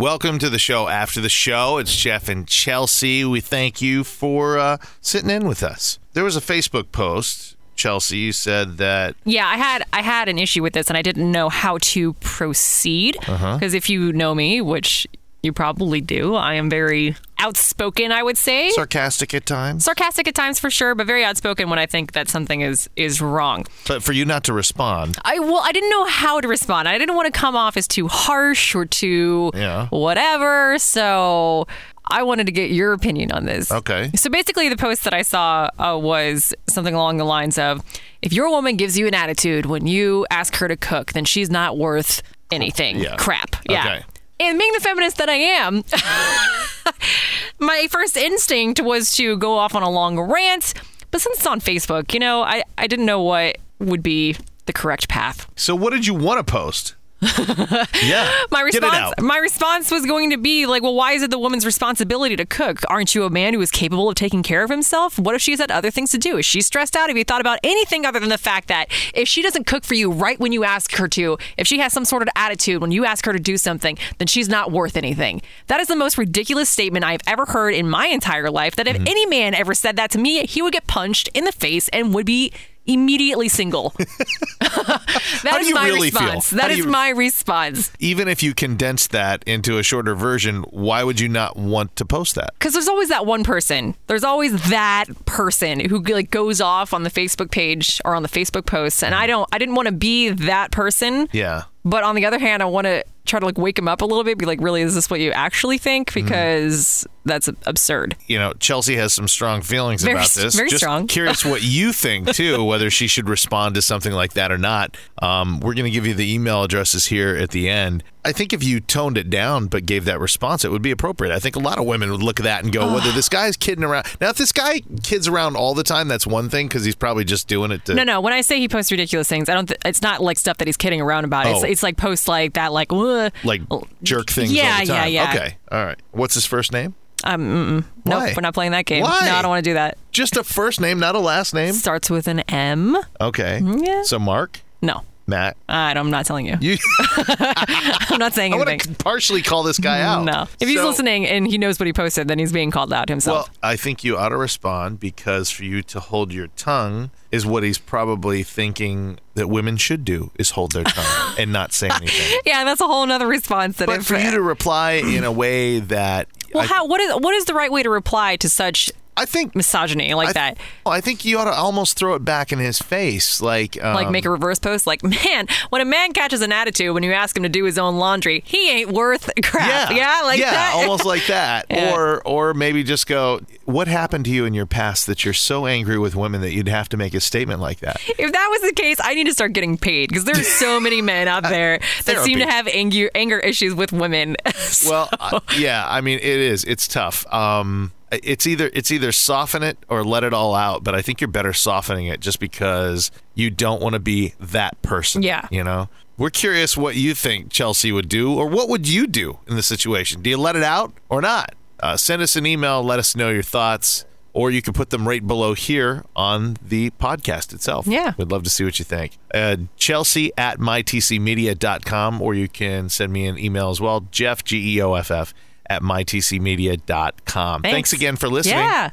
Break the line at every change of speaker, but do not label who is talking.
Welcome to the show after the show. It's Jeff and Chelsea. We thank you for uh, sitting in with us. There was a Facebook post. Chelsea you said that
Yeah, I had I had an issue with this, and I didn't know how to proceed because if you know me, which you probably do, I am very outspoken. I would say
sarcastic at times,
sarcastic at times for sure, but very outspoken when I think that something is is wrong.
but for you not to respond,
I well, I didn't know how to respond. I didn't want to come off as too harsh or too
Yeah.
whatever. So I wanted to get your opinion on this.
okay,
So basically, the post that I saw uh, was something along the lines of if your woman gives you an attitude when you ask her to cook, then she's not worth anything.
Yeah.
Crap. Yeah.
Okay.
And being the feminist that I am, my first instinct was to go off on a long rant. But since it's on Facebook, you know, I, I didn't know what would be the correct path.
so what did you want to post? yeah,
My
Get it
response,
out.
my response was going to be like, well, why is it the woman's responsibility to cook? Aren't you a man who is capable of taking care of himself? What if she's had other things to do? Is she stressed out? Have you thought about anything other than the fact that if she doesn't cook for you right when you ask her to, if she has some sort of attitude when you ask her to do something, then she's not worth anything. That is the most ridiculous statement I've ever heard in my entire life. That if
Mm-hmm.
any man ever said that to me, he would get punched in the face and would be immediately single. That
How
is
do you
my
really feel?
response.
How
That
do
is
you-
my response.
Even if you condense that into a shorter version, why would you not want to post that?
because there's always that one person. There's always that person who like goes off on the Facebook page or on the Facebook posts, and I don't. I didn't want to be that person.
Yeah,
But on the other hand, I want to try to like wake him up a little bit. Be like, really, is this what you actually think?
Mm-hmm.
Because that's absurd.
you know, Chelsea has some strong feelings
Very
about
s-
this.
very
Just
strong.
Curious what you think too, whether she should respond to something like that or not. Um, we're going to give you the email addresses here at the end. I think if you toned it down but gave that response, it would be appropriate. I think a lot of women would look at that and go, whether this guy's kidding around. Now, if this guy kids around all the time, that's one thing because he's probably just doing it to.
No, no. When I say he posts ridiculous things, I don't. Th- it's not like stuff that he's kidding around about. It's,
Oh.
it's like posts like that, like "Ugh."
Like jerk things
Yeah,
all the time.
yeah, yeah.
Okay, all right. What's his first name?
nope,
Why?
we're not playing that game.
Why?
No, I don't want to do that.
Just a first name, not a last name.
Starts with an M.
Okay.
Mm, Yeah.
So Mark,
No,
Matt,
I don't, I'm not telling you.
you.
I'm not saying
I
anything.
want to partially call this guy out.
No. If he's
So-
listening and he knows what he posted, then he's being called out himself.
Well, I think you ought to respond because for you to hold your tongue is what he's probably thinking that women should do is hold their tongue and not say anything.
yeah, that's a whole other response that
But
if-
for you to reply in a way that
Well,
I,
how what is what is the right way to reply to such
I think
misogyny like
I,
that?
Well, I think you ought to almost throw it back in his face, like um,
Like make a reverse post like, "Man, when a man catches an attitude when you ask him to do his own laundry, he ain't worth crap."
yeah,
Yeah, like
yeah,
that.
almost like that,
Yeah.
or or maybe just go, what happened to you in your past that you're so angry with women that you'd have to make a statement like that?
If that was the case, I need to start getting paid because there's so many men out there that
Therapy.
seem to have anger anger issues with women.
Well, uh, yeah, I mean it is. It's tough. Um, it's either it's either soften it or let it all out. But I think you're better softening it just because you don't want to be that person.
Yeah.
you know. We're curious what you think Chelsea would do, or what would you do in this situation? Do you let it out or not? Uh, send us an email. Let us know your thoughts, or you can put them right below here on the podcast itself.
Yeah.
We'd love to see what you think. Uh, Chelsea at mytcmedia.com, or you can send me an email as well, Jeff, G E O F F, at mytcmedia.com.
Thanks.
Thanks again for listening.
yeah.